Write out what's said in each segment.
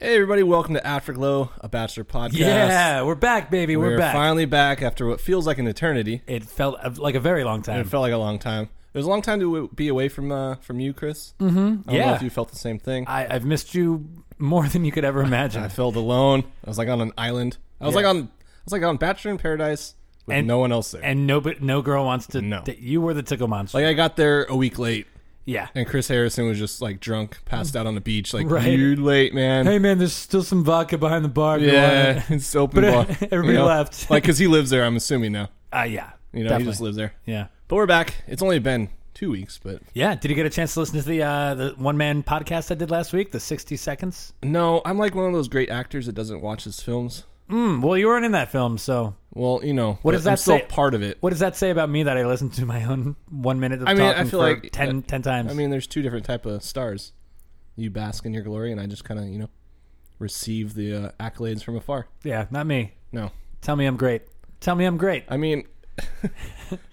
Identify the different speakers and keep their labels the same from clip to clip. Speaker 1: Hey everybody, welcome to Afterglow, a Bachelor podcast.
Speaker 2: Yeah, we're back, baby. We're,
Speaker 1: we're,
Speaker 2: back.
Speaker 1: finally back after what feels like an eternity.
Speaker 2: It felt a- like a very long time.
Speaker 1: It felt like a long time. It was a long time to be away from uh, from you, Chris. Mm-hmm. I don't know
Speaker 2: yeah.
Speaker 1: if you felt the same thing. I,
Speaker 2: I, I've missed you more than you could ever imagine.
Speaker 1: felt alone. I was like on an island. I was
Speaker 2: Yeah.
Speaker 1: like on I was like on Bachelor in Paradise with
Speaker 2: And-
Speaker 1: no one else there.
Speaker 2: and no, but no girl wants to.
Speaker 1: No.
Speaker 2: that you were the tickle monster.
Speaker 1: like I got there a week late,
Speaker 2: yeah.
Speaker 1: and Chris Harrison was just like drunk, passed out on the beach, like
Speaker 2: Right.
Speaker 1: you late, man.
Speaker 2: Hey man, there's still some vodka behind the bar. if you want
Speaker 1: yeah,
Speaker 2: it.
Speaker 1: it's open.
Speaker 2: But,
Speaker 1: bar,
Speaker 2: uh, everybody left.
Speaker 1: like because he lives there. I'm assuming now.
Speaker 2: Uh, yeah.
Speaker 1: You know,
Speaker 2: definitely.
Speaker 1: he just lives there.
Speaker 2: yeah.
Speaker 1: But we're back. It's only been two weeks, but
Speaker 2: Yeah. Did you get a chance to listen to the uh, the one man podcast I did last week? The 60 seconds.
Speaker 1: no, I'm like one of those great actors that doesn't watch his films.
Speaker 2: Hmm, well, you weren't in that film, so
Speaker 1: Well, you know,
Speaker 2: What
Speaker 1: but
Speaker 2: does that
Speaker 1: I'm still
Speaker 2: say?
Speaker 1: part of it.
Speaker 2: what does that say about me that I listened to my own one minute of
Speaker 1: I mean, I
Speaker 2: talking
Speaker 1: feel
Speaker 2: for
Speaker 1: like
Speaker 2: 10,
Speaker 1: that-
Speaker 2: 10 times?
Speaker 1: I mean, there's two different type of stars. You bask in your glory, and I just kind of, you know, receive the uh, accolades from afar.
Speaker 2: yeah, not me.
Speaker 1: No,
Speaker 2: Tell me I'm great. Tell me I'm great.
Speaker 1: I mean,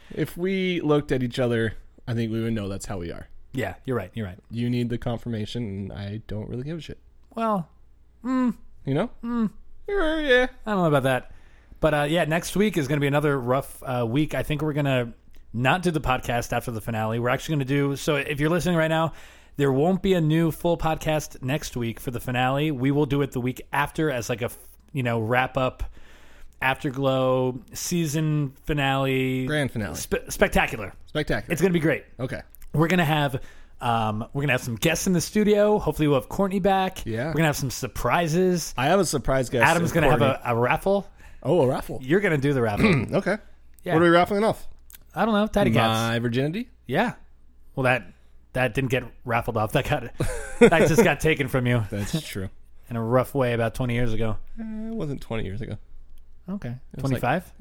Speaker 1: if we looked at each other, I think we would know that's how we are.
Speaker 2: Yeah, you're right. You're right.
Speaker 1: You need the confirmation, and I don't really give a shit.
Speaker 2: Well,
Speaker 1: You know?
Speaker 2: Hmm.
Speaker 1: Mm. Yeah.
Speaker 2: I don't know about that. But uh, yeah, next week is going to be another rough uh, week. I think we're going to not do the podcast after the finale. We're actually going to do so. If you're listening right now, there won't be a new full podcast next week for the finale. We will do it the week after as like a f- you know wrap up, afterglow, season finale,
Speaker 1: Grand finale.
Speaker 2: spe- spectacular.
Speaker 1: Spectacular.
Speaker 2: It's going to be great.
Speaker 1: okay.
Speaker 2: We're gonna have um, we're gonna have some guests in the studio. Hopefully, we'll have Courtney back.
Speaker 1: Yeah.
Speaker 2: we're gonna have some surprises.
Speaker 1: I have a surprise guest.
Speaker 2: Adam's
Speaker 1: in
Speaker 2: gonna
Speaker 1: Courtney.
Speaker 2: have a, a raffle.
Speaker 1: oh a raffle.
Speaker 2: You're gonna do the raffle.
Speaker 1: Okay.
Speaker 2: Yeah.
Speaker 1: What are we raffling off?
Speaker 2: I don't know, Daddy cats.
Speaker 1: My virginity.
Speaker 2: Yeah. Well, that that didn't get raffled off. That got that just got taken from you
Speaker 1: That's true.
Speaker 2: in a rough way about 20 years ago.
Speaker 1: Uh, it wasn't 20 years ago.
Speaker 2: Okay,
Speaker 1: was like-
Speaker 2: 25.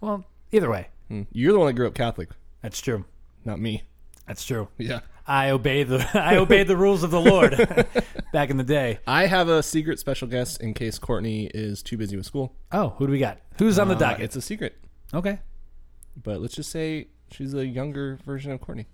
Speaker 2: well, either way,
Speaker 1: Hmm. You're the one that grew up Catholic,
Speaker 2: that's true.
Speaker 1: not me.
Speaker 2: That's true.
Speaker 1: Yeah.
Speaker 2: I obeyed the I obeyed the rules of the Lord back in the day.
Speaker 1: I have a secret special guest in case Courtney is too busy with school.
Speaker 2: Oh, who do we got? Who's on the
Speaker 1: Uh,
Speaker 2: docket?
Speaker 1: it's a secret,
Speaker 2: Okay.
Speaker 1: but let's just say she's a younger version of Courtney.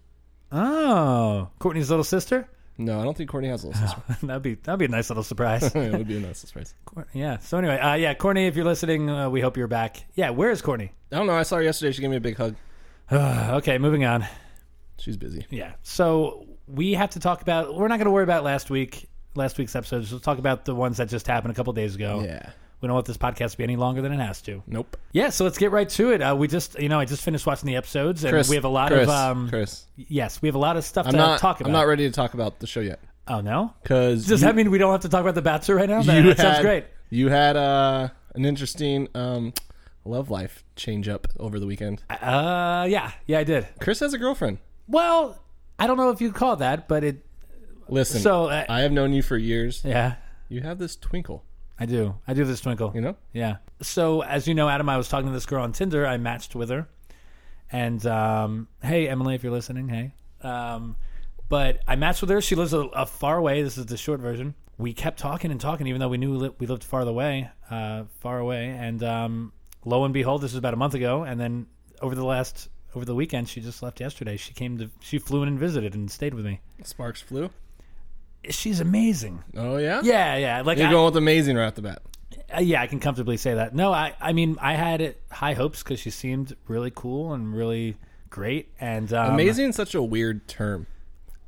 Speaker 2: Oh, Courtney's little sister.
Speaker 1: No, I don't think Courtney has a little sister.
Speaker 2: that'd be that'd be a nice little surprise.
Speaker 1: it would be a nice surprise.
Speaker 2: Cour- yeah. So anyway, uh, yeah, Courtney, if you're listening, uh, we hope you're back. Yeah, where is Courtney?
Speaker 1: I don't know. I saw her yesterday. She gave me a big hug.
Speaker 2: Ugh, okay, moving on.
Speaker 1: She's busy.
Speaker 2: Yeah. So we have to talk about. We're not going to worry about last week, last week's episodes. We'll talk about the ones that just happened a couple days ago.
Speaker 1: Yeah.
Speaker 2: We don't want this podcast to be any longer than it has to.
Speaker 1: Nope.
Speaker 2: Yeah. So let's get right to it. Uh, we just, you know, I just finished watching the episodes, and
Speaker 1: Chris,
Speaker 2: we have a lot
Speaker 1: Chris,
Speaker 2: of. Um,
Speaker 1: Chris.
Speaker 2: Yes, we have a lot of stuff
Speaker 1: I'm
Speaker 2: to
Speaker 1: not.
Speaker 2: talk about.
Speaker 1: I'm not ready to talk about the show yet
Speaker 2: oh no.
Speaker 1: because
Speaker 2: Does that mean we don't have to talk about the Bachelor right now? That, that uh, sounds great.
Speaker 1: You had uh, an interesting um, love life change up over the weekend.
Speaker 2: Uh, yeah, yeah, I did.
Speaker 1: Chris has a girlfriend.
Speaker 2: Well, I don't know if you'd call it that, but it.
Speaker 1: Listen,
Speaker 2: So uh,
Speaker 1: I have known you for years.
Speaker 2: yeah,
Speaker 1: You have this twinkle,
Speaker 2: I do. I do this twinkle.
Speaker 1: you know?
Speaker 2: Yeah. So as you know, Adam, I was talking to this girl on Tinder. I matched with her, and um, hey, Emily, if you're listening, hey. Um, but I matched with her. She lives a, a far away. This is the short version. We kept talking and talking, even though we knew we, li- we lived far away, uh, far away. And um, lo and behold, this was about a month ago. And then over the last over the weekend, she just left yesterday. She came to she flew in and visited and stayed with me.
Speaker 1: Sparks flew.
Speaker 2: She's amazing.
Speaker 1: Oh yeah.
Speaker 2: Yeah, yeah. Like
Speaker 1: You're
Speaker 2: I-
Speaker 1: going with amazing right off the bat.
Speaker 2: Uh, yeah, I can comfortably say that. No, I, I mean, I had it high hopes because she seemed really cool and really great and um,
Speaker 1: Amazing is such a weird term.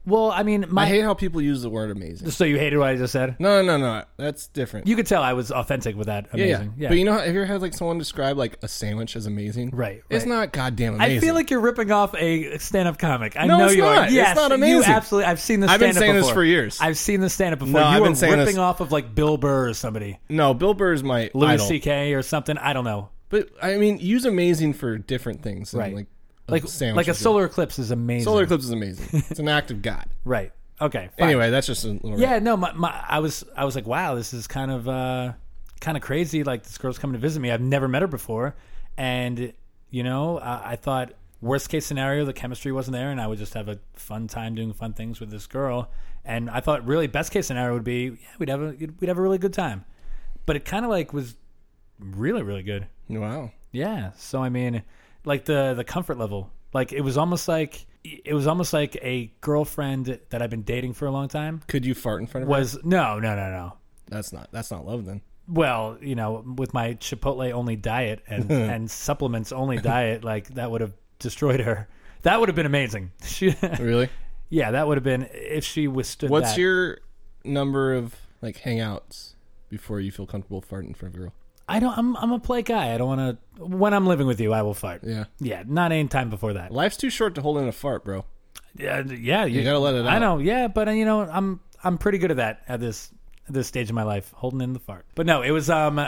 Speaker 2: Well, I mean, my
Speaker 1: I hate how people use the word amazing.
Speaker 2: so you hated what I just said.
Speaker 1: No, no, no. That's different.
Speaker 2: You could tell I was authentic with that.
Speaker 1: yeah,
Speaker 2: Amazing.
Speaker 1: yeah. But you know, how, have you ever had like someone describe like a sandwich as amazing?
Speaker 2: Right,
Speaker 1: It's
Speaker 2: right.
Speaker 1: not goddamn
Speaker 2: I
Speaker 1: amazing.
Speaker 2: feel like you're ripping off a stand-up comic. I
Speaker 1: No,
Speaker 2: know
Speaker 1: it's
Speaker 2: you
Speaker 1: not.
Speaker 2: are.
Speaker 1: It's
Speaker 2: Yes,
Speaker 1: not
Speaker 2: You
Speaker 1: amazing.
Speaker 2: absolutely. I've seen this.
Speaker 1: I've been
Speaker 2: stand-up
Speaker 1: saying this
Speaker 2: before.
Speaker 1: for years.
Speaker 2: I've seen this stand-up before.
Speaker 1: No,
Speaker 2: you
Speaker 1: I've
Speaker 2: were
Speaker 1: been saying
Speaker 2: ripping
Speaker 1: this-
Speaker 2: off of like Bill Burr or somebody,
Speaker 1: no. Bill Burr's my
Speaker 2: Louis
Speaker 1: idol.
Speaker 2: C.K. or something. I don't know.
Speaker 1: But I mean, use amazing for different things. than,
Speaker 2: Right.
Speaker 1: Like a
Speaker 2: Like
Speaker 1: sandwich
Speaker 2: like a
Speaker 1: is good.
Speaker 2: solar eclipse is amazing.
Speaker 1: Solar eclipse is amazing. It's an act of God.
Speaker 2: Right. Okay. Fine.
Speaker 1: Anyway, that's just a little.
Speaker 2: Yeah, no, my, my I was I was like, wow, this is kind of uh kind of crazy. Like this girl's coming to visit me. I've never met her before, and you know, I, I thought worst case scenario, the chemistry wasn't there, and I would just have a fun time doing fun things with this girl. And I thought really best case scenario would be yeah, we'd have a we'd have a really good time, but it kind of like was really really good.
Speaker 1: Wow.
Speaker 2: Yeah. So I mean, like the the comfort level, like it was almost like it was almost like a girlfriend that I've been dating for a long time
Speaker 1: Could you fart in front of her?
Speaker 2: was no, no, no, no.
Speaker 1: That's not that's not love then.
Speaker 2: Well, you know, with my Chipotle only diet and, and supplements only diet, like that would have destroyed her. That would have been amazing. She,
Speaker 1: Really?
Speaker 2: yeah, that would have been if she withstood.
Speaker 1: What's
Speaker 2: that.
Speaker 1: your number of like hangouts before you feel comfortable farting in front of a girl?
Speaker 2: I don't. I'm I'm a play guy. I don't want to. When I'm living with you, I will fart.
Speaker 1: Yeah.
Speaker 2: Yeah, not any time before that.
Speaker 1: Life's too short to hold in a fart, bro.
Speaker 2: Yeah, yeah.
Speaker 1: You gotta let it out.
Speaker 2: I know. Yeah, but uh, you know, I'm I'm pretty good at that at this at this stage of my life, holding in the fart. But no, it was um, it,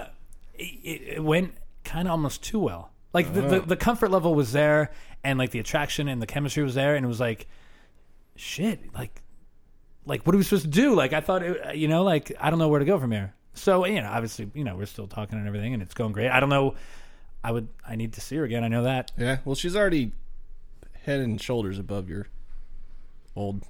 Speaker 2: it went kind of almost too well. Like the,
Speaker 1: Oh.
Speaker 2: the the comfort level was there, and like the attraction and the chemistry was there, and it was like, shit, like, like what are we supposed to do? Like I thought, it, uh, you know, like I don't know where to go from here. So uh, you know, obviously, you know, we're still talking and everything, and it's going great. I don't know. I would. I need to see her again. I know that.
Speaker 1: Yeah. Well, she's already head and shoulders above your old.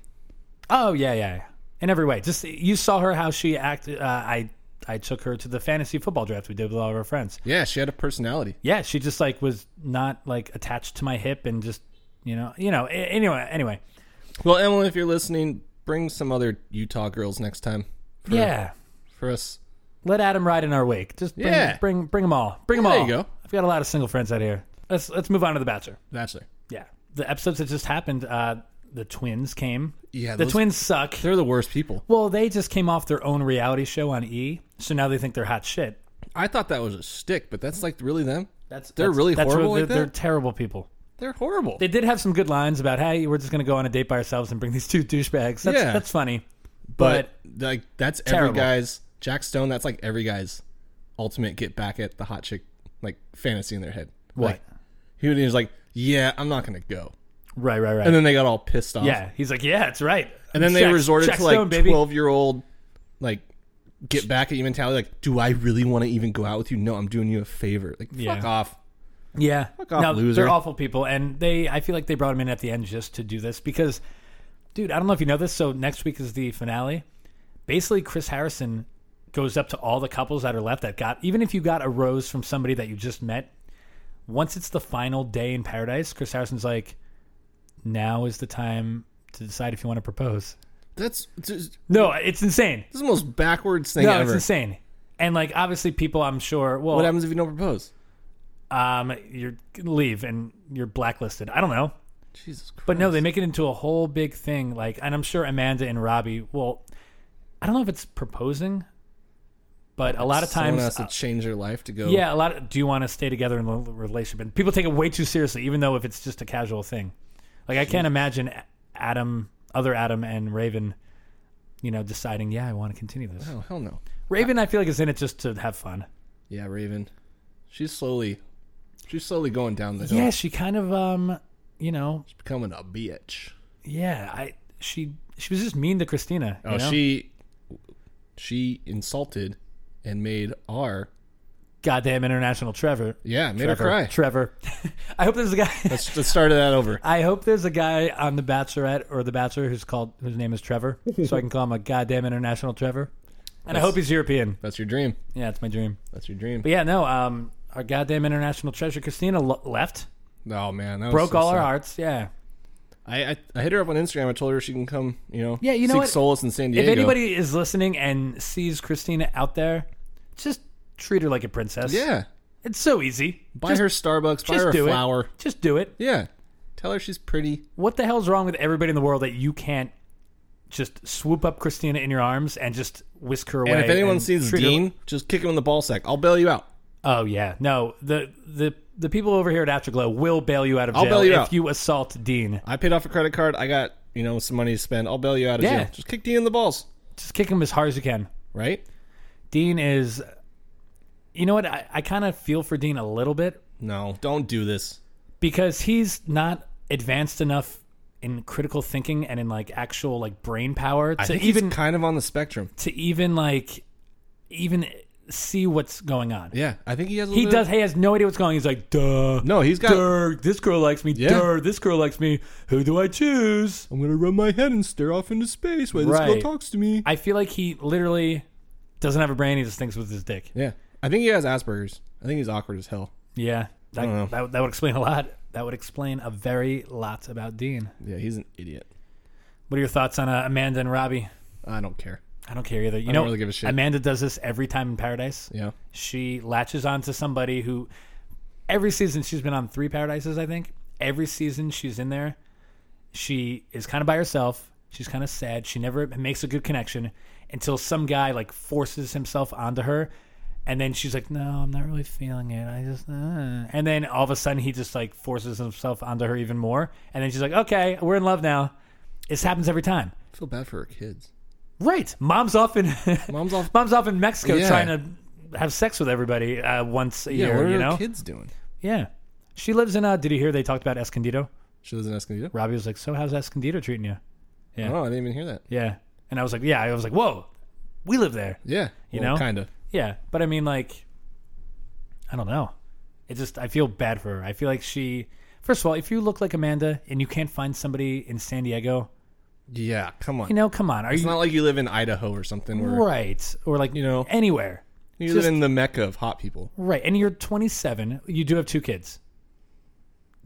Speaker 2: Oh yeah, yeah. yeah. In every way, just you saw her how she acted. Uh, I I took her to the fantasy football draft we did with all of our friends.
Speaker 1: Yeah, she had a personality.
Speaker 2: Yeah, she just like was not like attached to my hip and just you know you know a- anyway anyway.
Speaker 1: Well, Emily, if you're listening, bring some other Utah girls next time for,
Speaker 2: Yeah,
Speaker 1: for us.
Speaker 2: let Adam ride in our wake. Just bring
Speaker 1: Yeah.
Speaker 2: bring bring them all. Bring them
Speaker 1: There you
Speaker 2: all.
Speaker 1: go.
Speaker 2: I've got a lot of single friends out here. Let's let's move on to the Bachelor.
Speaker 1: Bachelor.
Speaker 2: Yeah, the episodes that just happened. Uh, the twins came.
Speaker 1: Yeah,
Speaker 2: the
Speaker 1: those-
Speaker 2: twins suck.
Speaker 1: They're the worst people.
Speaker 2: Well, they just came off their own reality show on E, so now they think they're hot shit.
Speaker 1: I thought that was a stick, but that's like really them.
Speaker 2: That's
Speaker 1: They're
Speaker 2: that's-
Speaker 1: really
Speaker 2: that's
Speaker 1: horrible
Speaker 2: They're,
Speaker 1: like that?
Speaker 2: they're terrible people.
Speaker 1: They're horrible.
Speaker 2: They did have some good lines about, "Hey, we're just going to go on a date by ourselves and bring these two douchebags." That's,
Speaker 1: Yeah.
Speaker 2: that's funny.
Speaker 1: but
Speaker 2: But,
Speaker 1: like that's
Speaker 2: Terrible.
Speaker 1: every guy's Jack Stone. That's like every guy's ultimate get back at the hot chick like fantasy in their head.
Speaker 2: What?
Speaker 1: Like, he was like, "Yeah, I'm not gonna go,"
Speaker 2: right, right, right.
Speaker 1: and then they got all pissed off.
Speaker 2: yeah, he's like, "Yeah, it's right."
Speaker 1: and then they
Speaker 2: Jack-
Speaker 1: resorted
Speaker 2: Jack
Speaker 1: to like
Speaker 2: Stone, baby.
Speaker 1: 12 year old like get back at you mentality. Like, do I really want to even go out with you? No, I'm doing you a favor. Like,
Speaker 2: Yeah.
Speaker 1: fuck off.
Speaker 2: Yeah,
Speaker 1: off,
Speaker 2: no,
Speaker 1: loser.
Speaker 2: they're awful people, and they. I feel like they brought him in at the end just to do this because, dude, I don't know if you know this. So next week is the finale. Basically, Chris Harrison goes up to all the couples that are left that got even if you got a rose from somebody that you just met. Once it's the final day in paradise, Chris Harrison's like, "Now is the time to decide if you want to propose."
Speaker 1: That's just,
Speaker 2: No, it's insane.
Speaker 1: this is the most backwards thing
Speaker 2: No, it's
Speaker 1: ever.
Speaker 2: insane. And like obviously, people, I'm sure. Well,
Speaker 1: What happens if you don't propose?
Speaker 2: um, you're leave and you're blacklisted. I don't know.
Speaker 1: Jesus Christ.
Speaker 2: But no, they make it into a whole big thing. Like, and I'm sure Amanda and Robbie. Well, I don't know if it's proposing, but a lot of
Speaker 1: Someone
Speaker 2: times, uh,
Speaker 1: has to change their life to go.
Speaker 2: yeah, a lot. Of, do you want to stay together in a relationship? And people take it way too seriously, even though if it's just a casual thing. Like, I can't imagine Adam, other Adam, and Raven, you know, deciding, yeah, I want to continue this.
Speaker 1: Oh hell no.
Speaker 2: Raven, I feel like is in it just to have fun.
Speaker 1: Yeah, Raven. She's slowly, she's slowly going down the hill.
Speaker 2: Yeah, she kind of, um, you know,
Speaker 1: She's becoming a bitch.
Speaker 2: yeah, I she she was just mean to Christina. you
Speaker 1: Oh,
Speaker 2: know?
Speaker 1: she, she insulted and made R.
Speaker 2: goddamn international Trevor.
Speaker 1: Yeah, made
Speaker 2: Trevor.
Speaker 1: her cry.
Speaker 2: Trevor. I hope there's a guy.
Speaker 1: Let's, let's start that over.
Speaker 2: I hope there's a guy on The Bachelorette or The Bachelor who's called whose name is Trevor, so I can call him a goddamn international Trevor. And I hope he's European.
Speaker 1: That's your dream.
Speaker 2: Yeah, it's my dream.
Speaker 1: That's your dream.
Speaker 2: But yeah, no. Um, our goddamn international treasure Christina lo- left,
Speaker 1: Oh man, that was
Speaker 2: broke
Speaker 1: so
Speaker 2: all our
Speaker 1: sad.
Speaker 2: hearts. Yeah.
Speaker 1: I, I I hit her up on Instagram. I told her she can come. You know.
Speaker 2: Yeah, you know
Speaker 1: seek
Speaker 2: what?
Speaker 1: solace in San Diego.
Speaker 2: If anybody is listening and sees Christina out there, just treat her like a princess.
Speaker 1: yeah,
Speaker 2: It's so easy.
Speaker 1: buy
Speaker 2: just,
Speaker 1: her Starbucks. Buy
Speaker 2: just
Speaker 1: her a
Speaker 2: do it.
Speaker 1: flower.
Speaker 2: Just do it.
Speaker 1: Yeah, tell her she's pretty.
Speaker 2: what the hell's wrong with everybody in the world that you can't just swoop up Christina in your arms and just whisk her away?
Speaker 1: And if anyone sees
Speaker 2: treat her-
Speaker 1: Dean, just kick him in the ball sack. I'll bail you out.
Speaker 2: oh yeah, no the the the people over here at Afterglow will bail you out of jail
Speaker 1: bail you
Speaker 2: if
Speaker 1: out.
Speaker 2: you assault Dean.
Speaker 1: I paid off a credit card. I got you know some money to spend. I'll bail you out of
Speaker 2: Yeah.
Speaker 1: jail. Just kick Dean in the balls,
Speaker 2: Just kick him as hard as you can.
Speaker 1: right?
Speaker 2: Dean is, you know what? I, I kind of feel for Dean a little bit
Speaker 1: No, don't do this.
Speaker 2: because he's not advanced enough in critical thinking and in like actual like brain power to
Speaker 1: I think
Speaker 2: even
Speaker 1: he's kind of on the spectrum.
Speaker 2: to even like even see what's going on.
Speaker 1: Yeah, I think he has. A
Speaker 2: He
Speaker 1: little
Speaker 2: does. He has no idea what's going. on. He's like, duh.
Speaker 1: No, he's got.
Speaker 2: Durr, this girl likes me.
Speaker 1: Yeah.
Speaker 2: Durr, this girl likes me. Who do I choose?
Speaker 1: I'm gonna rub my head and stare off into space while this girl
Speaker 2: Right.
Speaker 1: talks to me.
Speaker 2: I feel like he literally doesn't have a brain. He just thinks with his dick.
Speaker 1: yeah, I think he has Asperger's. I think he's awkward as hell.
Speaker 2: Yeah, that,
Speaker 1: know.
Speaker 2: that that would explain a lot. That would explain a very lot about Dean.
Speaker 1: Yeah, he's an idiot.
Speaker 2: What are your thoughts on uh, Amanda and Robbie?
Speaker 1: I don't care.
Speaker 2: I don't care either. You
Speaker 1: don't
Speaker 2: know,
Speaker 1: really give a shit.
Speaker 2: Amanda does this every time in Paradise.
Speaker 1: Yeah.
Speaker 2: She latches on to somebody who, every season she's been on three Paradises, I think. Every season she's in there, she is kind of by herself. She's kind of sad. She never makes a good connection until some guy like forces himself onto her, and then she's like, "No, I'm not really feeling it. I just," uh." and then all of a sudden he just like forces himself onto her even more, and then she's like, "Okay, we're in love now." This happens every time.
Speaker 1: I feel bad for her kids.
Speaker 2: Right. Mom's off in
Speaker 1: Mom's off-
Speaker 2: mom's off in Mexico
Speaker 1: Yeah.
Speaker 2: trying to have sex with everybody uh, once a
Speaker 1: Yeah,
Speaker 2: year.
Speaker 1: what are
Speaker 2: you
Speaker 1: her
Speaker 2: know.
Speaker 1: kids doing?
Speaker 2: Yeah. She lives in. Uh, did you hear they talked about Escondido?
Speaker 1: She lives in Escondido.
Speaker 2: Robbie was like, "So how's Escondido treating you?" Yeah.
Speaker 1: Oh, I didn't even hear that.
Speaker 2: Yeah. And I was like, "Yeah." I was like, "Whoa, we live there."
Speaker 1: Yeah,
Speaker 2: You
Speaker 1: Well,
Speaker 2: know?
Speaker 1: kinda.
Speaker 2: Yeah. But I mean, like, I don't know. It just I feel bad for her. I feel like she. First of all, if you look like Amanda and you can't find somebody in San Diego,
Speaker 1: Yeah, come on.
Speaker 2: you know, come on, are
Speaker 1: it's
Speaker 2: you
Speaker 1: not like you live in Idaho or something where
Speaker 2: right or like
Speaker 1: You know.
Speaker 2: anywhere?
Speaker 1: you
Speaker 2: just-
Speaker 1: live in the mecca of hot people.
Speaker 2: Right, and you're 27. You do have two kids.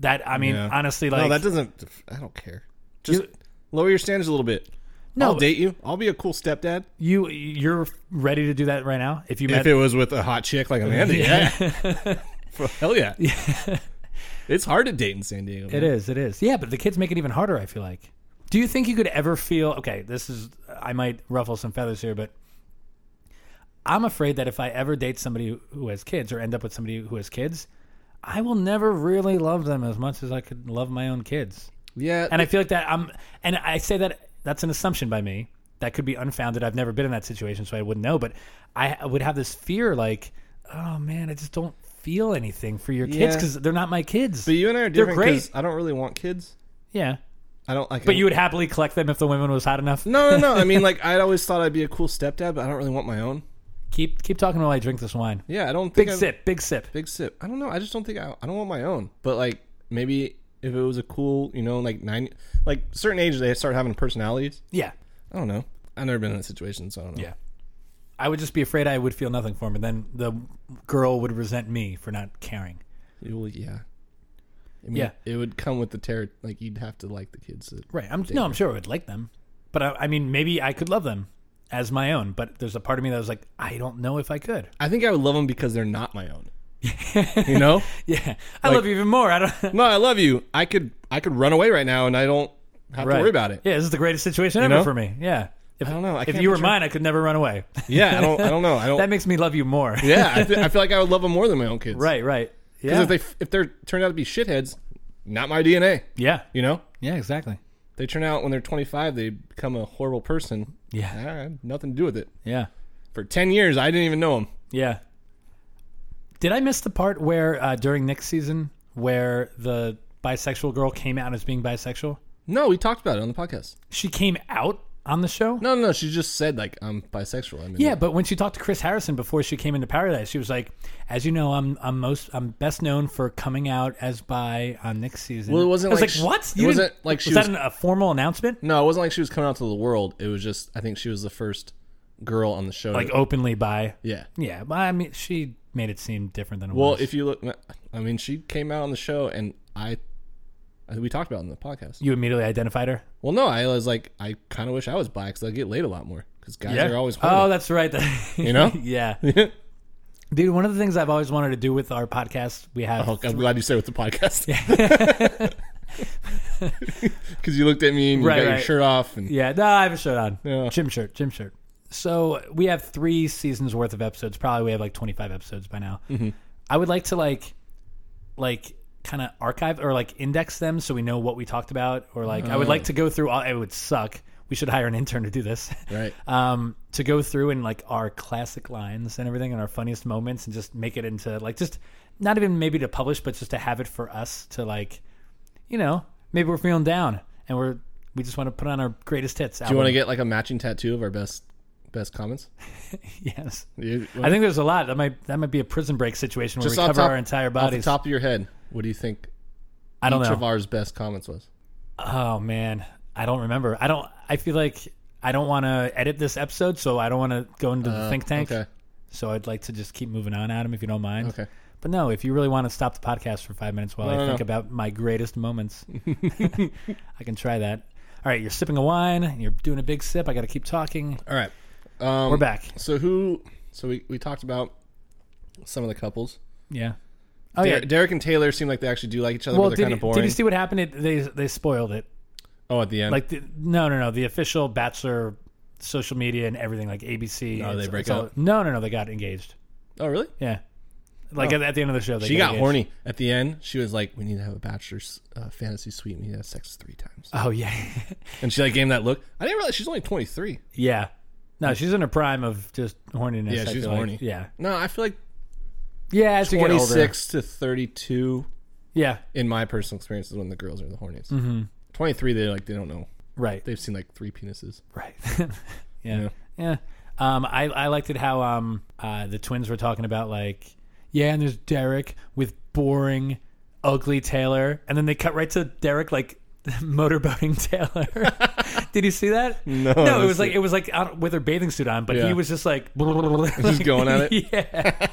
Speaker 2: That I mean,
Speaker 1: Yeah.
Speaker 2: honestly, like
Speaker 1: no, that doesn't. I don't care. Just lower your standards a little bit.
Speaker 2: No,
Speaker 1: I'll date you. I'll be a cool stepdad
Speaker 2: you you're ready to do that right now. If you met,
Speaker 1: if it was with a hot chick like Amanda. Yeah, Well, hell yeah. it's hard to date in San Diego.
Speaker 2: it is, it is. Yeah, but the kids make it even harder. I feel like. Do you think you could ever feel? Okay, this is I might ruffle some feathers here, but I'm afraid that if I ever date somebody who- who has kids or end up with somebody who has kids, I will never really love them as much as I could love my own kids.
Speaker 1: Yeah,
Speaker 2: and I feel like that I'm, and I say that that's an assumption by me that could be unfounded. I've never been in that situation, so I wouldn't know. But I would have this fear, like, oh man, I just don't feel anything for your kids
Speaker 1: Yeah.
Speaker 2: because they're not my kids.
Speaker 1: but you and I are
Speaker 2: They're
Speaker 1: different
Speaker 2: great.
Speaker 1: 'cause I don't really want kids.
Speaker 2: yeah,
Speaker 1: I don't like.
Speaker 2: but you would happily collect them if the women was hot enough.
Speaker 1: No, no, no. I mean, like I'd always thought I'd be a cool stepdad, but I don't really want my own.
Speaker 2: Keep keep talking while I drink this wine.
Speaker 1: Yeah, I don't. Think
Speaker 2: Big
Speaker 1: I've-
Speaker 2: sip, big sip.
Speaker 1: Big sip. I don't know. I just don't think I. I don't want my own. But like maybe if it was a cool, you know, like nine, like certain ages they start having personalities.
Speaker 2: Yeah,
Speaker 1: I don't know. I've never been in that situation, so I don't know.
Speaker 2: yeah. I would just be afraid I would feel nothing for him, and then the girl would resent me for not caring.
Speaker 1: It will, yeah. I mean,
Speaker 2: Yeah.
Speaker 1: It would come with the terror. Like you'd have to like the kids. That,
Speaker 2: Right. I'm no, I'm sure I would like them, but I, I mean, maybe I could love them as my own. But there's a part of me that was like, I don't know if I could.
Speaker 1: I think I would love them because they're not my own. you know?
Speaker 2: Yeah, I love you even more. I don't.
Speaker 1: No, I love you. I could. I could run away right now, and I don't have to worry about it.
Speaker 2: Yeah, this is the greatest situation ever
Speaker 1: know?
Speaker 2: for me. Yeah. If,
Speaker 1: I don't know. I
Speaker 2: if
Speaker 1: can't
Speaker 2: you were
Speaker 1: picture-
Speaker 2: mine, I could never run away.
Speaker 1: Yeah. I don't. I don't know. I
Speaker 2: that
Speaker 1: don't.
Speaker 2: makes me love you more.
Speaker 1: yeah. I, th- I feel like I would love them more than my own kids.
Speaker 2: Right. Right.
Speaker 1: Because
Speaker 2: Yeah.
Speaker 1: if they if they're turned out to be shitheads, not my DNA.
Speaker 2: yeah.
Speaker 1: You know,
Speaker 2: Yeah. Exactly.
Speaker 1: they turn out when they're 25, they become a horrible person. I
Speaker 2: Yeah.
Speaker 1: had nothing to do with it.
Speaker 2: Yeah.
Speaker 1: For 10 years, I didn't even know them.
Speaker 2: Yeah. Did I miss the part where uh, during Nick's season where the bisexual girl came out as being bisexual?
Speaker 1: No, we talked about it on the podcast.
Speaker 2: She came out on the show.
Speaker 1: No, no, no. She just said like I'm bisexual. I mean,
Speaker 2: Yeah, but when she talked to Chris Harrison before she came into Paradise, she was like, "As you know, I'm I'm most I'm best known for coming out as bi on Nick's season."
Speaker 1: Well, it wasn't
Speaker 2: I was
Speaker 1: like
Speaker 2: like,
Speaker 1: she-
Speaker 2: "What?
Speaker 1: it
Speaker 2: You
Speaker 1: wasn't
Speaker 2: didn't-
Speaker 1: like she
Speaker 2: was
Speaker 1: was-
Speaker 2: that an, a formal announcement?
Speaker 1: No, it wasn't like she was coming out to the world. It was just I think she was the first girl on the show.
Speaker 2: Like openly bi?
Speaker 1: yeah.
Speaker 2: Yeah, but I mean, she made it seem different than it
Speaker 1: Well,
Speaker 2: was.
Speaker 1: if you look, I mean, she came out on the show, and I, I we talked about it on the podcast.
Speaker 2: you immediately identified her.
Speaker 1: Well, no, I was like, I kind of wish I was bi because I get laid a lot more because guys are always horny.
Speaker 2: Oh, that's right.
Speaker 1: You know?
Speaker 2: yeah, dude. One of the things I've always wanted to do with our podcast, we have.
Speaker 1: Oh, I'm glad you said with the podcast. Because you looked at me and you
Speaker 2: Right,
Speaker 1: got your
Speaker 2: right.
Speaker 1: shirt off, and
Speaker 2: Yeah, no, I have a shirt on.
Speaker 1: Yeah.
Speaker 2: Gym shirt, gym shirt. So we have three seasons worth of episodes. Probably we have like twenty five episodes by now. I would like to like, like kind of archive or like index them so we know what we talked about. Or like, I would like to go through. all It would suck. We should hire an intern to do this.
Speaker 1: Right.
Speaker 2: Um, to go through and like our classic lines and everything and our funniest moments and just make it into like just not even maybe to publish, but just to have it for us to like, you know, maybe we're feeling down and we're we just want to put on our greatest hits.
Speaker 1: do you want to get like a matching tattoo of our best best comments?
Speaker 2: Yes.
Speaker 1: You-
Speaker 2: I think there's a lot. That might that might be a prison break situation where
Speaker 1: Just
Speaker 2: we
Speaker 1: off
Speaker 2: cover
Speaker 1: top-
Speaker 2: our entire
Speaker 1: off the
Speaker 2: bodies.
Speaker 1: top of your head, what do you think
Speaker 2: I don't
Speaker 1: each of
Speaker 2: know.
Speaker 1: ours best comments was?
Speaker 2: oh man, I don't remember. I don't. I feel like I don't want to edit this episode, so I don't want to go into the think tank.
Speaker 1: Uh, Okay,
Speaker 2: So I'd like to just keep moving on, Adam, if you don't mind.
Speaker 1: okay.
Speaker 2: But no, if you really want to stop the podcast for five minutes while
Speaker 1: No,
Speaker 2: I
Speaker 1: no,
Speaker 2: think
Speaker 1: no.
Speaker 2: about my greatest moments, I can try that. All right, you're sipping a wine. You're doing a big sip. I got to keep talking.
Speaker 1: All right. Um,
Speaker 2: We're back.
Speaker 1: So who? So we, we talked about some of the couples.
Speaker 2: Yeah. Oh
Speaker 1: Der-
Speaker 2: yeah.
Speaker 1: Derek and Taylor seem like they actually do like each other,
Speaker 2: Well,
Speaker 1: but
Speaker 2: did
Speaker 1: they're kind
Speaker 2: you,
Speaker 1: of boring.
Speaker 2: did you see what happened? It, they they spoiled it.
Speaker 1: oh, at the end,
Speaker 2: Like the, no no no the official Bachelor social media and everything like ABC.
Speaker 1: Oh,
Speaker 2: it's-
Speaker 1: they break
Speaker 2: it's all-
Speaker 1: up?
Speaker 2: No no no they got engaged.
Speaker 1: oh really?
Speaker 2: Yeah. Like at, at the end of the show, they
Speaker 1: Oh. She got
Speaker 2: engaged.
Speaker 1: horny at the end. She was like, "We need to have a bachelor's uh, fantasy suite. and We need to have sex three times."
Speaker 2: Oh yeah,
Speaker 1: And she like gave him that look. I didn't realize she's only twenty three.
Speaker 2: yeah. No, she's in her prime of just horniness.
Speaker 1: Yeah,
Speaker 2: I
Speaker 1: she's
Speaker 2: feel like.
Speaker 1: horny.
Speaker 2: Yeah,
Speaker 1: No, I feel like
Speaker 2: yeah. As you get
Speaker 1: twenty
Speaker 2: older.
Speaker 1: six to thirty two,
Speaker 2: Yeah,
Speaker 1: in my personal experience, is when the girls are the horniest.
Speaker 2: Mm-hmm.
Speaker 1: Twenty three, they're like they don't know.
Speaker 2: right,
Speaker 1: They've seen like three penises.
Speaker 2: right. yeah, yeah. Um, I I liked it how um uh the twins were talking about like yeah, and there's Derek with boring, ugly Taylor, and then they cut right to Derek like motorboating Taylor. Did you see that?
Speaker 1: No, I
Speaker 2: no. It
Speaker 1: didn't
Speaker 2: was
Speaker 1: see
Speaker 2: like it was like out with her bathing suit on, but
Speaker 1: Yeah.
Speaker 2: he was just like
Speaker 1: Just going at it,
Speaker 2: yeah.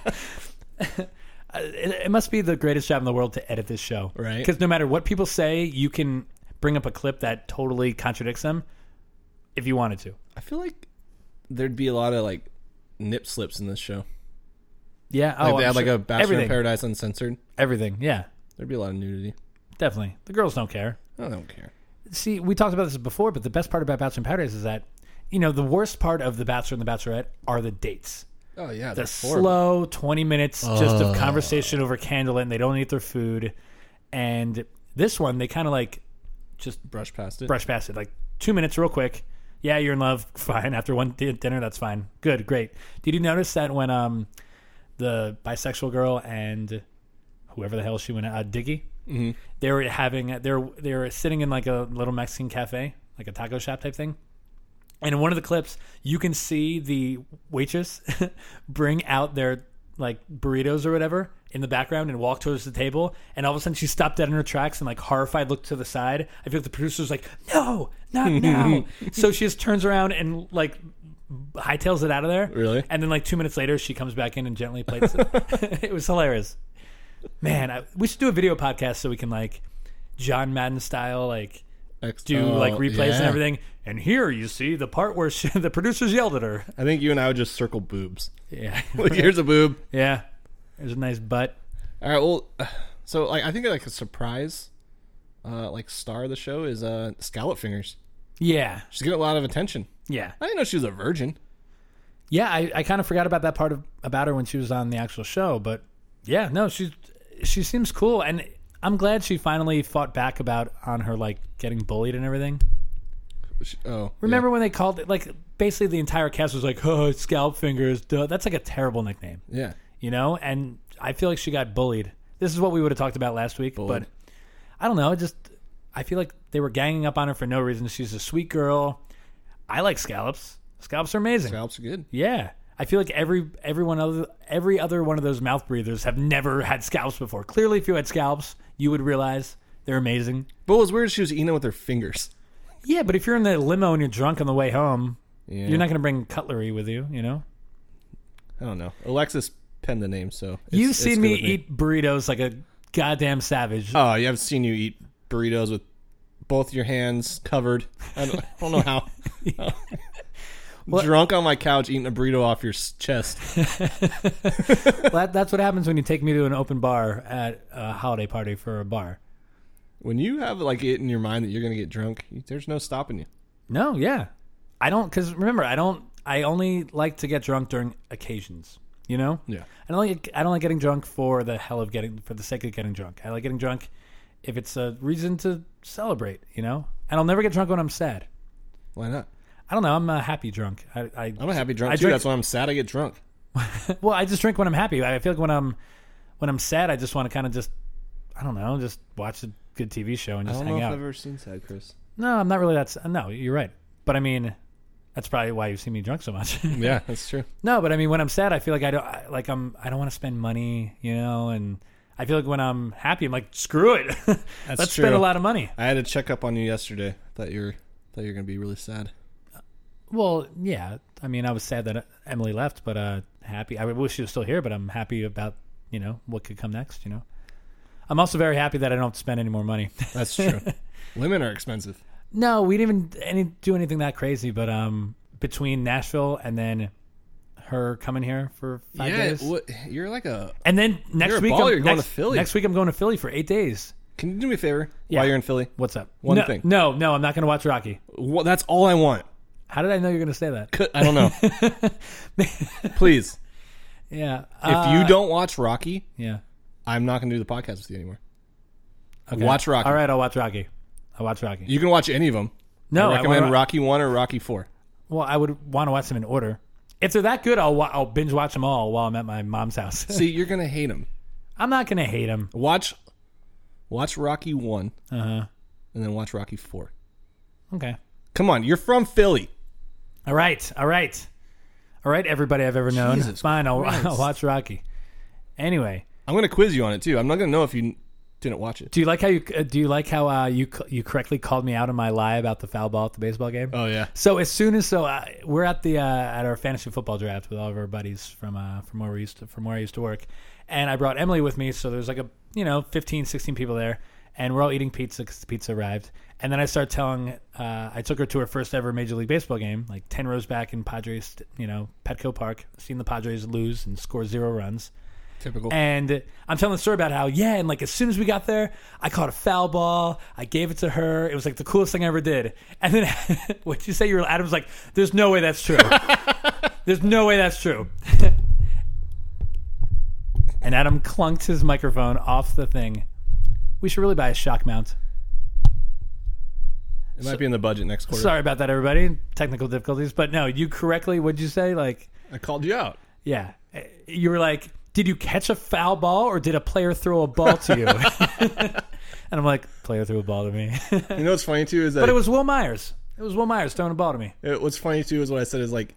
Speaker 2: Uh, it, it must be the greatest job in the world to edit this show,
Speaker 1: Right.
Speaker 2: Because no matter what people say, you can bring up a clip that totally contradicts them if you wanted to.
Speaker 1: I feel like there'd be a lot of like nip slips in this show.
Speaker 2: Yeah,
Speaker 1: Like
Speaker 2: oh,
Speaker 1: they
Speaker 2: I'm
Speaker 1: had like
Speaker 2: sure-
Speaker 1: a Bachelor
Speaker 2: everything,
Speaker 1: in Paradise uncensored.
Speaker 2: everything. Yeah,
Speaker 1: There'd be a lot of nudity.
Speaker 2: definitely. The girls don't care.
Speaker 1: I don't care.
Speaker 2: See, we talked about this before, but the best part about Bachelor in Paradise is that you know the worst part of the Bachelor and the Bachelorette are the dates.
Speaker 1: Oh yeah,
Speaker 2: the slow 20 minutes just of conversation over candlelight and they don't eat their food and this one they kind of like just
Speaker 1: brush past it.
Speaker 2: brush past it like two minutes real quick yeah you're in love fine after one di- dinner that's fine good great did you notice that when um the bisexual girl and whoever the hell she went uh, diggy they were having they were they were sitting in like a little mexican cafe like a taco shop type thing and in one of the clips, you can see the waitress bring out their like burritos or whatever in the background and walk towards the table. And all of a sudden, she stopped dead in her tracks and like horrified looked to the side. I feel like the producer's like, "No, not now!" so she just turns around and like hightails it out of there.
Speaker 1: Really?
Speaker 2: And then like two minutes later, she comes back in and gently plates it. it was hilarious. Man, I, we should do a video podcast so we can like John Madden style like
Speaker 1: Ex-
Speaker 2: do
Speaker 1: oh,
Speaker 2: like replays and
Speaker 1: yeah.
Speaker 2: everything. And here you see the part where she, the producers yelled at her.
Speaker 1: I think you and I would just circle boobs.
Speaker 2: Yeah,
Speaker 1: Like, here's a boob.
Speaker 2: yeah. There's a nice butt.
Speaker 1: All right. Well, uh, so like I think like a surprise, uh, like star of the show is uh Scallop Fingers.
Speaker 2: Yeah,
Speaker 1: She's getting a lot of attention.
Speaker 2: yeah,
Speaker 1: I didn't know she was a virgin.
Speaker 2: yeah. I, I kind of forgot about that part of, about her when she was on the actual show, but yeah, no, she she seems cool, and I'm glad she finally fought back about on her like getting bullied and everything.
Speaker 1: She, oh,
Speaker 2: Remember when they called it like basically the entire cast was like, "Oh, scalp fingers." Duh. That's like a terrible nickname.
Speaker 1: Yeah. yeah.
Speaker 2: you know and i feel like she got bullied this is what we would have talked about last week
Speaker 1: Bullied.
Speaker 2: but i don't know it just i feel like they were ganging up on her for no reason she's a sweet girl i like scallops scallops are amazing
Speaker 1: Scallops are good.
Speaker 2: yeah i feel like every everyone other every other one of those mouth breathers have never had scallops before clearly if you had scallops you would realize they're amazing
Speaker 1: But what was weird is she was eating it with her fingers.
Speaker 2: yeah but if you're in the limo and you're drunk on the way home
Speaker 1: Yeah.
Speaker 2: you're not going to bring cutlery with you you know
Speaker 1: I don't know. Alexis penned the name, so it's-
Speaker 2: you've
Speaker 1: it's
Speaker 2: seen
Speaker 1: good
Speaker 2: me
Speaker 1: with
Speaker 2: eat burritos like a goddamn savage
Speaker 1: Oh, yeah, I've seen you eat burritos with both your hands covered. I don't, I don't know how. Drunk on my couch eating a burrito off your s- chest.
Speaker 2: Well, that, that's what happens when you take me to an open bar at a holiday party for a bar.
Speaker 1: When you have like it in your mind that you're gonna get drunk, you- there's no stopping you.
Speaker 2: No, yeah, I don't. Because remember, I don't. I only like to get drunk during occasions. You know.
Speaker 1: Yeah.
Speaker 2: I don't like. I don't like getting drunk for the hell of getting for the sake of getting drunk. I like getting drunk if it's a reason to celebrate. You know. And I'll never get drunk when I'm sad.
Speaker 1: Why not?
Speaker 2: I don't know. I'm a happy drunk. I, I,
Speaker 1: I'm a happy drunk
Speaker 2: I
Speaker 1: too.
Speaker 2: drink-
Speaker 1: That's why I'm sad. I get drunk.
Speaker 2: well, I just drink when I'm happy. I feel like when I'm when I'm sad, I just want to kind of just I don't know, just watch a good TV show and
Speaker 1: I
Speaker 2: just
Speaker 1: don't
Speaker 2: hang
Speaker 1: know
Speaker 2: out.
Speaker 1: if I've ever seen sad Chris.
Speaker 2: No, I'm not really that. s- No, you're right. But I mean, that's probably why you've seen me drunk so much.
Speaker 1: Yeah, that's true.
Speaker 2: no, but I mean, when I'm sad, I feel like I don't I, like I'm. I don't want to spend money, you know. And I feel like when I'm happy, I'm like, screw it. Let's spend
Speaker 1: true.
Speaker 2: a lot of money.
Speaker 1: I had a check up on you yesterday. Thought you were thought you were gonna be really sad.
Speaker 2: Well, yeah. I mean, I was sad that uh, Emily left, but uh, happy. I wish she was still here, but I'm happy about you know what could come next. You know, I'm also very happy that I don't have to spend any more money.
Speaker 1: That's true. Women are expensive.
Speaker 2: No, we didn't even any, do anything that crazy, but um, between Nashville and then her coming here for five
Speaker 1: yeah,
Speaker 2: days.
Speaker 1: what, you're like a.
Speaker 2: and then next
Speaker 1: You're a
Speaker 2: week
Speaker 1: baller,
Speaker 2: I'm
Speaker 1: you're going
Speaker 2: next-
Speaker 1: to Philly.
Speaker 2: Next week I'm going to Philly for eight days.
Speaker 1: Can you do me a favor while you're in Philly?
Speaker 2: What's up?
Speaker 1: One
Speaker 2: No-
Speaker 1: thing.
Speaker 2: No, no, I'm not going to watch Rocky.
Speaker 1: Well, that's all I want.
Speaker 2: How did I know you were going to say that?
Speaker 1: I don't know. Please,
Speaker 2: Yeah. uh,
Speaker 1: if you don't watch Rocky,
Speaker 2: yeah.
Speaker 1: I'm not going to do the podcast with you anymore.
Speaker 2: Okay.
Speaker 1: Watch Rocky.
Speaker 2: All right, I'll watch Rocky. I'll watch Rocky.
Speaker 1: You can watch any of them.
Speaker 2: no,
Speaker 1: I
Speaker 2: I
Speaker 1: recommend
Speaker 2: wanna-
Speaker 1: Rocky One or Rocky Four.
Speaker 2: Well, I would want to watch them in order. If they're that good, I'll wa- I'll binge watch them all while I'm at my mom's house.
Speaker 1: See, you're going to hate them.
Speaker 2: I'm not gonna hate them.
Speaker 1: Watch, watch Rocky One,
Speaker 2: Uh huh.
Speaker 1: and then watch Rocky Four.
Speaker 2: Okay.
Speaker 1: Come on, you're from Philly.
Speaker 2: All right. All right. All right. Everybody I've ever known.
Speaker 1: Jesus
Speaker 2: Fine. I'll,
Speaker 1: Christ.
Speaker 2: I'll watch Rocky. Anyway,
Speaker 1: I'm going to quiz you on it too. I'm not going to know if you n- didn't watch it.
Speaker 2: do you like how you uh, do you like how uh, you c- you correctly called me out on my lie about the foul ball at the baseball game?
Speaker 1: Oh yeah.
Speaker 2: So as soon as so uh, we're at the uh, at our fantasy football draft with all of our buddies from uh, from where we used to, from where I used to work, and I brought Emily with me. So there's like a you know 15, 16 people there, and we're all eating pizza because the pizza arrived. And then I start telling uh, I took her to her first ever Major League Baseball game, like ten rows back in Padres, you know Petco Park, seen the Padres lose and score zero runs.
Speaker 1: Typical.
Speaker 2: And I'm telling the story about how, yeah, and like as soon as we got there, I caught a foul ball. I gave it to her. It was like the coolest thing I ever did. And then what'd you say? You were Adam's like, there's no way that's true. there's no way that's true. and Adam clunked his microphone off the thing. We should really buy a shock mount.
Speaker 1: it might be in the budget next quarter.
Speaker 2: Sorry about that, everybody. Technical difficulties. But no, you correctly, what'd you say? Like,
Speaker 1: I called you out.
Speaker 2: Yeah. Uh, You were like, did you catch a foul ball or did a player throw a ball to you? and I'm like, player threw a ball to me.
Speaker 1: You know what's funny too is that
Speaker 2: but it was Will Myers. It was Will Myers throwing a ball to me.
Speaker 1: It, what's funny too is what I said is like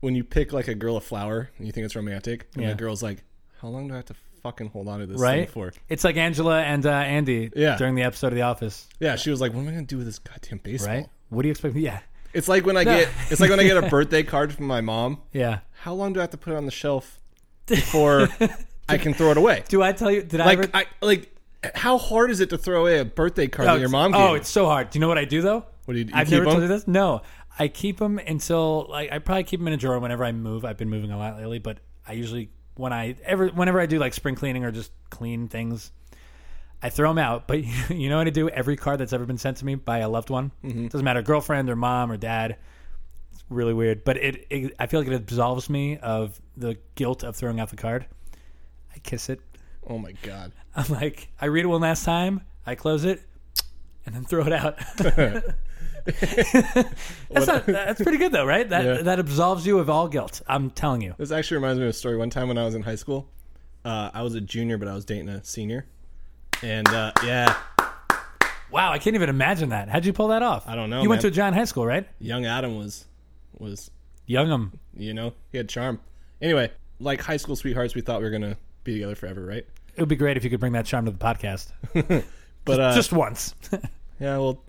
Speaker 1: when you pick like a girl a flower and you think it's romantic, and
Speaker 2: Yeah.
Speaker 1: the girl's like, "How long do I have to fucking hold on to this thing
Speaker 2: Right?
Speaker 1: for?"
Speaker 2: It's like Angela and uh, Andy
Speaker 1: Yeah.
Speaker 2: during the episode of The Office,
Speaker 1: Yeah, she was like, "What am I gonna do with this goddamn baseball?"
Speaker 2: right? What do you expect? Yeah.
Speaker 1: It's like when I get it's like when I get a birthday card from my mom.
Speaker 2: Yeah.
Speaker 1: How long do I have to put it on the shelf before I can throw it away?
Speaker 2: Do I tell you? Did I ever?
Speaker 1: Like I like. How hard is it to throw away a birthday card that your mom gave?
Speaker 2: Oh,
Speaker 1: you?
Speaker 2: it's so hard. Do you know what I do though?
Speaker 1: What do you- you
Speaker 2: I've
Speaker 1: keep
Speaker 2: never told
Speaker 1: 'em?
Speaker 2: you this. No, I keep them until like I probably keep them in a drawer whenever I move. I've been moving a lot lately, but I usually when I ever whenever I do like spring cleaning or just clean things, I throw them out. But you know what I do? Every card that's ever been sent to me by a loved one
Speaker 1: Mm-hmm.
Speaker 2: doesn't matter girlfriend or mom or dad. It's really weird, but it, it I feel like it absolves me of the guilt of throwing out the card. I kiss it.
Speaker 1: oh my god!
Speaker 2: I'm like, I read it one last time, I close it, and then throw it out. that's, not, that's pretty good though, right? That
Speaker 1: Yeah.
Speaker 2: that absolves you of all guilt. I'm telling you.
Speaker 1: This actually reminds me of a story. One time when I was in high school, uh, I was a junior, but I was dating a senior, and uh, yeah,
Speaker 2: Wow, I can't even imagine that. How'd you pull that off? I
Speaker 1: don't know,
Speaker 2: You went to
Speaker 1: man.
Speaker 2: a John High School, right?
Speaker 1: young Adam was was
Speaker 2: Youngham.
Speaker 1: you know he had charm. Anyway, like high school sweethearts, we thought we were gonna be together forever, right?
Speaker 2: It would be great if you could bring that charm to the podcast,
Speaker 1: But uh,
Speaker 2: just once.
Speaker 1: yeah, well,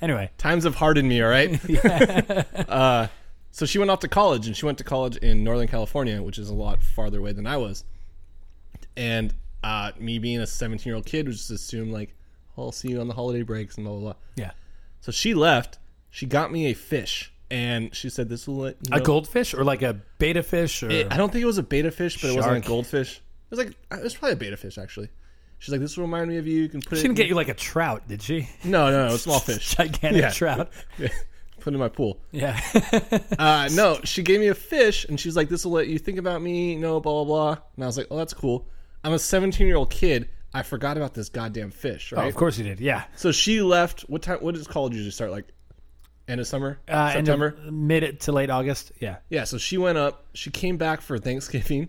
Speaker 2: anyway,
Speaker 1: times have hardened me, all right. uh, so she went off to college, and she went to college in Northern California, which is a lot farther away than I was. And uh, me being a seventeen-year-old kid, was just assumed like, "I'll see you on the holiday breaks," and blah blah blah.
Speaker 2: yeah,
Speaker 1: So she left. She got me a fish, and she said, "This will let you know."
Speaker 2: a goldfish or like a beta fish or
Speaker 1: I don't think it was a beta fish, but it wasn't
Speaker 2: Shark.
Speaker 1: a goldfish. It was like it was probably a beta fish actually. She's like, "This will remind me of you. You can put
Speaker 2: she
Speaker 1: it."
Speaker 2: didn't get you like a trout, did she?
Speaker 1: no, no, no, a small fish.
Speaker 2: Gigantic
Speaker 1: Yeah.
Speaker 2: trout.
Speaker 1: put it in my pool.
Speaker 2: Yeah.
Speaker 1: Uh, no, she gave me a fish, and she's like, "This will let you think about me." You know, blah blah blah. And I was like, "Oh, that's cool." I'm a 17 year old kid. I forgot about this goddamn fish,
Speaker 2: oh,
Speaker 1: right?
Speaker 2: of course you did. Yeah.
Speaker 1: so she left. What time? What does college usually start? Like end of summer,
Speaker 2: Uh, end of
Speaker 1: September.
Speaker 2: mid to late August. Yeah.
Speaker 1: Yeah, so she went up. She came back for Thanksgiving.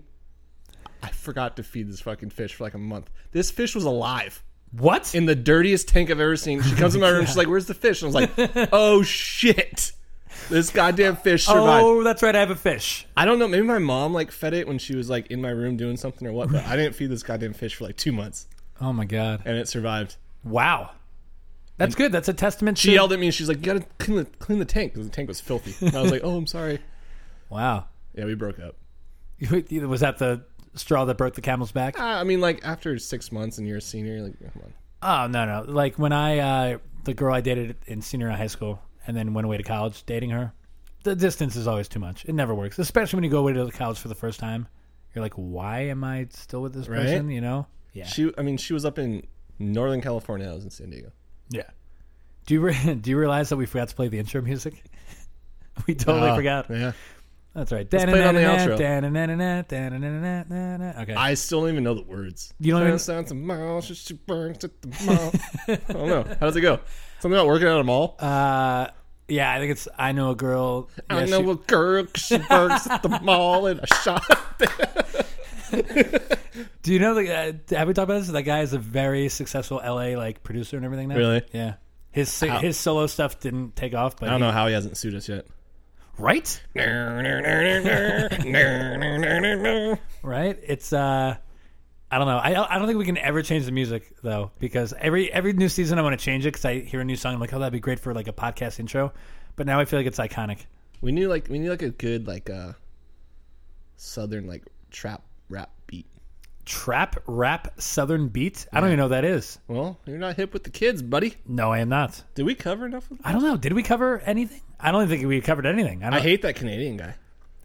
Speaker 1: I forgot to feed this fucking fish for like a month. This fish was alive
Speaker 2: What?
Speaker 1: in the dirtiest tank I've ever seen. She comes in my room. She's like, "Where's the fish?" And I was like, "Oh shit." This goddamn fish survived.
Speaker 2: Oh, that's right. I have a fish.
Speaker 1: I don't know. Maybe my mom like fed it when she was like in my room doing something or what. But I didn't feed this goddamn fish for like two months,
Speaker 2: Oh my god!
Speaker 1: and it survived.
Speaker 2: Wow, that's good. That's a testament
Speaker 1: She
Speaker 2: to
Speaker 1: yelled at me. and She's like, "You gotta clean the clean the tank because the tank was filthy." And I was like, "Oh, I'm sorry."
Speaker 2: wow.
Speaker 1: Yeah, we broke up.
Speaker 2: Was that the straw that broke the camel's back?
Speaker 1: Ah, I mean, like after six months and you're a senior, you're like, come on.
Speaker 2: Oh no, no. Like when I uh, the girl I dated in senior high school and then went away to college, dating her. the distance is always too much. It never works, especially when you go away to the college for the first time. You're like, why am I still with this
Speaker 1: Right?
Speaker 2: person? You know? Yeah.
Speaker 1: She, I mean, she was up in Northern California. I was in San Diego.
Speaker 2: Yeah. Do you re- do you realize that we forgot to play the intro music? we totally
Speaker 1: Ah,
Speaker 2: forgot.
Speaker 1: Yeah,
Speaker 2: That's right.
Speaker 1: play it on the outro.
Speaker 2: Da-na-na-na-na, Okay.
Speaker 1: I still don't even know the words.
Speaker 2: You don't even-
Speaker 1: Sounds a mall, she- she burns at the mall. I don't know. How does it go? Something about working at a mall.
Speaker 2: Uh, yeah, I think it's I know a girl.
Speaker 1: I
Speaker 2: Yeah,
Speaker 1: know
Speaker 2: she-
Speaker 1: a girl 'cause she works at the mall and I shot.
Speaker 2: do you know the? Uh, have we talked about this? That guy is a very successful LA like producer and everything now.
Speaker 1: Really?
Speaker 2: Yeah. His si-
Speaker 1: How- Um,
Speaker 2: his solo stuff didn't take off, but
Speaker 1: I don't
Speaker 2: he-
Speaker 1: know how he hasn't sued us yet.
Speaker 2: right, right. It's uh, I don't know. I I don't think we can ever change the music though, because every every new season I want to change it because I hear a new song. I'm like, oh, that'd be great for like a podcast intro, but now I feel like it's iconic.
Speaker 1: we need like we need like a good like uh southern like trap rap beat.
Speaker 2: Trap rap southern beat. I don't even know what that is.
Speaker 1: Well, you're not hip with the kids, buddy.
Speaker 2: No, I am not.
Speaker 1: Did we cover enough of that?
Speaker 2: I don't know. Did we cover anything? I don't think we covered anything. I
Speaker 1: I
Speaker 2: don't,
Speaker 1: hate that Canadian guy.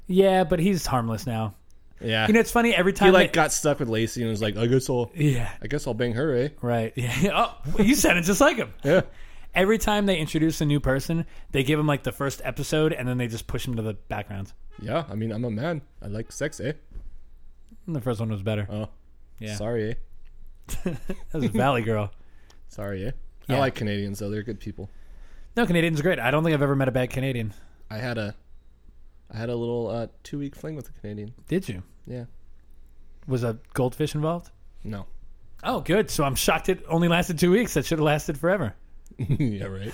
Speaker 2: yeah, but he's harmless now.
Speaker 1: Yeah.
Speaker 2: You know, it's funny every time.
Speaker 1: he like
Speaker 2: they-
Speaker 1: got stuck with Lacey and was like, I guess I'll
Speaker 2: yeah,
Speaker 1: I guess I'll bang her, eh?
Speaker 2: right. Yeah. Oh, you said it just like him.
Speaker 1: Yeah.
Speaker 2: Every time they introduce a new person, they give him like the first episode, and then they just push him to the background.
Speaker 1: Yeah, I mean I'm a man. I like sex, eh?
Speaker 2: And the first one was better.
Speaker 1: Oh.
Speaker 2: Yeah.
Speaker 1: Sorry, eh?
Speaker 2: That was Valley Girl.
Speaker 1: Sorry, eh?
Speaker 2: Yeah.
Speaker 1: I like Canadians though, they're good people.
Speaker 2: No, Canadians are great. I don't think I've ever met a bad Canadian.
Speaker 1: I had a I had a little uh, two week fling with a Canadian.
Speaker 2: Did you?
Speaker 1: Yeah.
Speaker 2: Was a goldfish involved?
Speaker 1: No.
Speaker 2: Oh, good. So I'm shocked it only lasted two weeks. That should have lasted forever.
Speaker 1: yeah, right.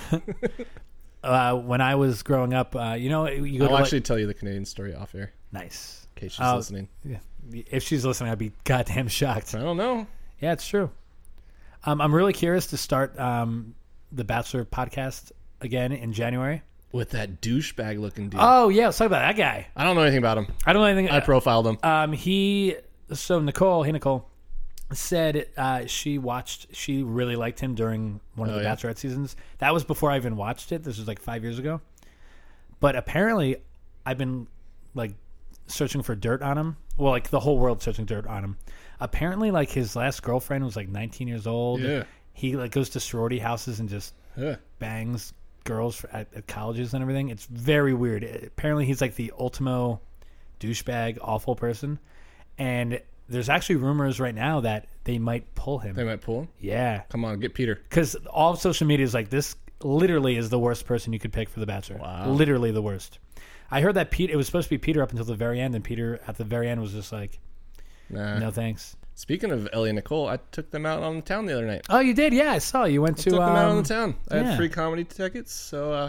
Speaker 2: Uh, when I was growing up, uh, you know, you go to
Speaker 1: I'll
Speaker 2: like-
Speaker 1: actually tell you the Canadian story off air
Speaker 2: nice.
Speaker 1: in case she's
Speaker 2: Oh.
Speaker 1: listening.
Speaker 2: Yeah. If she's listening, I'd be goddamn shocked.
Speaker 1: I don't know.
Speaker 2: Yeah, it's true. Um, I'm really curious to start um, the Bachelor podcast again in January.
Speaker 1: With that douchebag looking dude.
Speaker 2: Oh yeah, let's talk about that guy.
Speaker 1: I don't know anything about him.
Speaker 2: I don't know anything.
Speaker 1: I profiled him.
Speaker 2: um, he so Nicole, hey Nicole, said uh, she watched. She really liked him during one of
Speaker 1: Oh,
Speaker 2: the
Speaker 1: yeah?
Speaker 2: Bachelorette seasons. That was before I even watched it. This was like five years ago. But apparently, I've been like searching for dirt on him. Well, like the whole world searching dirt on him. Apparently, like his last girlfriend was like 19 years old.
Speaker 1: Yeah.
Speaker 2: He like goes to sorority houses and just
Speaker 1: Ugh.
Speaker 2: bangs girls for, at, at colleges and everything. It's very weird. Apparently, he's like the ultimo douchebag, awful person. And there's actually rumors right now that they might pull him.
Speaker 1: They might pull him.
Speaker 2: Yeah,
Speaker 1: Come on, get Peter.
Speaker 2: because all of social media is like this. Literally, is the worst person you could pick for the Bachelor.
Speaker 1: Wow.
Speaker 2: Literally the worst. I heard that Pete. It was supposed to be Peter up until the very end, and Peter at the very end was just like,
Speaker 1: Nah.
Speaker 2: "No thanks."
Speaker 1: Speaking of Ellie and Nicole, I took them out on the town the other night.
Speaker 2: Oh, you did? Yeah, I saw you went to.
Speaker 1: took them out on
Speaker 2: um,
Speaker 1: the town. I
Speaker 2: yeah.
Speaker 1: had free comedy tickets, so uh,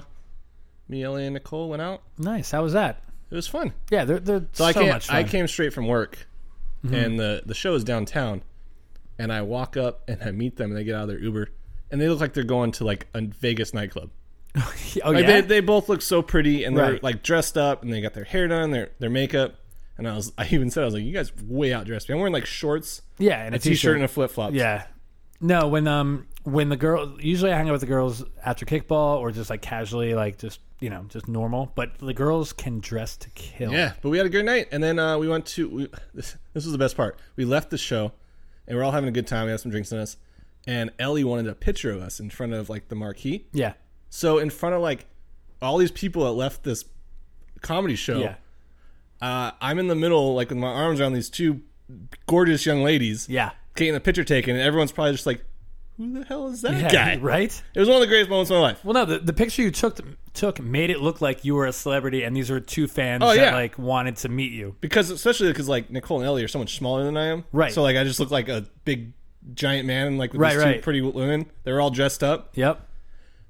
Speaker 1: me, Ellie, and Nicole went out.
Speaker 2: Nice. How was that?
Speaker 1: It was fun.
Speaker 2: Yeah, they're, they're
Speaker 1: So, I came,
Speaker 2: much fun. Mm-hmm.
Speaker 1: I came straight from work, and the the show is downtown, and I walk up and I meet them, and they get out of their Uber, and they look like they're going to like a Vegas nightclub.
Speaker 2: oh
Speaker 1: Like
Speaker 2: yeah.
Speaker 1: they, they both look so pretty, and they're
Speaker 2: Right.
Speaker 1: like dressed up, and they got their hair done, their their makeup, and I was I even said I was like, you guys way outdressed me. I'm wearing like shorts,
Speaker 2: yeah, and
Speaker 1: a t-shirt, and a flip flop.
Speaker 2: Yeah. No, when um when the girl usually I hang out with the girls after kickball or just like casually like just you know just normal, but the girls can dress to kill.
Speaker 1: Yeah, but we had a good night, and then uh, we went to. We, this, this was the best part. We left the show, and we're all having a good time. We had some drinks in us, and Ellie wanted a picture of us in front of like the marquee.
Speaker 2: Yeah.
Speaker 1: So in front of like all these people that left this comedy show,
Speaker 2: Yeah.
Speaker 1: uh, I'm in the middle, like with my arms around these two gorgeous young ladies,
Speaker 2: Yeah.
Speaker 1: getting a picture taken, and everyone's probably just like, "Who the hell is that
Speaker 2: Yeah,
Speaker 1: guy?"
Speaker 2: Right?
Speaker 1: It was one of the greatest moments of my life.
Speaker 2: Well no, the, the picture you took took made it look like you were a celebrity and these were two fans
Speaker 1: Oh,
Speaker 2: that
Speaker 1: yeah.
Speaker 2: like wanted to meet you.
Speaker 1: because especially because like Nicole and Ellie are so much smaller than I am,
Speaker 2: Right.
Speaker 1: So like I just look like a big giant man, and like with
Speaker 2: Right,
Speaker 1: these
Speaker 2: right.
Speaker 1: two pretty women. They were all dressed up.
Speaker 2: Yep.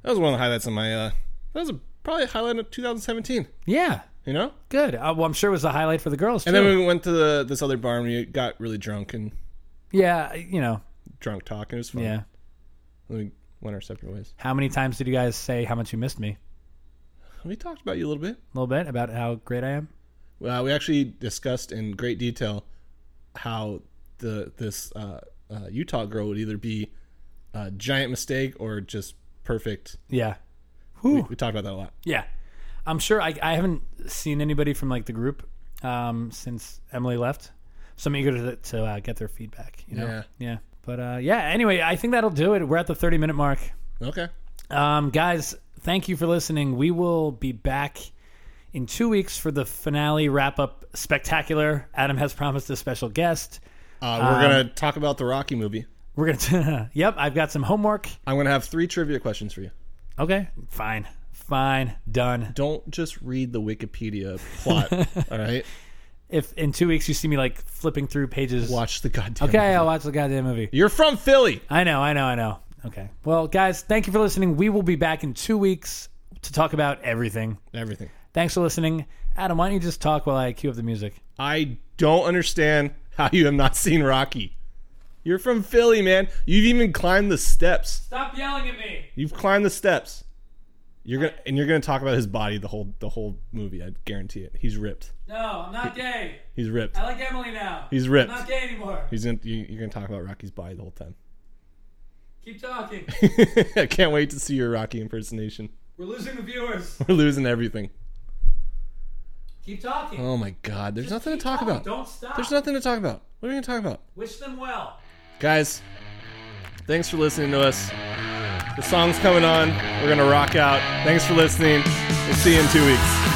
Speaker 1: That was one of the highlights of my. uh That was a, probably a highlight of 2017.
Speaker 2: Yeah.
Speaker 1: You know,
Speaker 2: Good. Uh, well, I'm sure it was a highlight for the girls too.
Speaker 1: and then we went to the, this other bar and we got really drunk and
Speaker 2: yeah, you know.
Speaker 1: drunk talk and it was fun.
Speaker 2: Yeah.
Speaker 1: And we went our separate ways.
Speaker 2: How many times did you guys say how much you missed me?
Speaker 1: We talked about you a little bit.
Speaker 2: A little bit about how great I am.
Speaker 1: Uh, we actually discussed in great detail how the this uh, uh, Utah girl would either be a giant mistake or just perfect.
Speaker 2: Yeah.
Speaker 1: We, we talked about that a lot.
Speaker 2: Yeah. I'm sure I, I haven't seen anybody from like the group um, since Emily left, so I'm eager to, to uh, get their feedback. You know,
Speaker 1: Yeah.
Speaker 2: But uh, yeah, anyway, I think that'll do it. We're at the 30 minute mark,
Speaker 1: Okay.
Speaker 2: um, guys. Thank you for listening. We will be back in two weeks for the finale wrap up spectacular. Adam has promised a special guest.
Speaker 1: Uh, we're gonna talk about the Rocky movie.
Speaker 2: We're gonna. yep, I've got some homework.
Speaker 1: I'm gonna have three trivia questions for you.
Speaker 2: Okay, fine, fine, done.
Speaker 1: Don't just read the Wikipedia plot. all right.
Speaker 2: If in two weeks you see me like flipping through pages,
Speaker 1: Watch the goddamn.
Speaker 2: okay, I'll watch the goddamn movie.
Speaker 1: You're from Philly.
Speaker 2: I know, I know, I know. Okay, well, guys, thank you for listening. We will be back in two weeks to talk about everything.
Speaker 1: Everything.
Speaker 2: Thanks for listening, Adam. Why don't you just talk while I cue up the music?
Speaker 1: I don't understand how you have not seen Rocky. You're from Philly, man. You've even climbed the steps.
Speaker 2: Stop yelling at me.
Speaker 1: You've climbed the steps. You're gonna and you're gonna talk about his body the whole the whole movie. I guarantee it. He's ripped.
Speaker 2: No, I'm not gay.
Speaker 1: He's ripped.
Speaker 2: like Emily now.
Speaker 1: He's ripped. I'm not
Speaker 2: gay anymore.
Speaker 1: He's in, you, you're gonna talk about Rocky's body the whole time.
Speaker 2: Keep talking.
Speaker 1: I can't wait to see your Rocky impersonation.
Speaker 2: We're losing the viewers.
Speaker 1: We're losing everything.
Speaker 2: Keep talking.
Speaker 1: Oh my god, there's nothing to talk about.
Speaker 2: stop.
Speaker 1: There's nothing to talk about. What are we gonna talk about?
Speaker 2: Wish them well.
Speaker 1: Guys, thanks for listening to us. The song's coming on. We're gonna rock out. Thanks for listening. We'll see you in two weeks.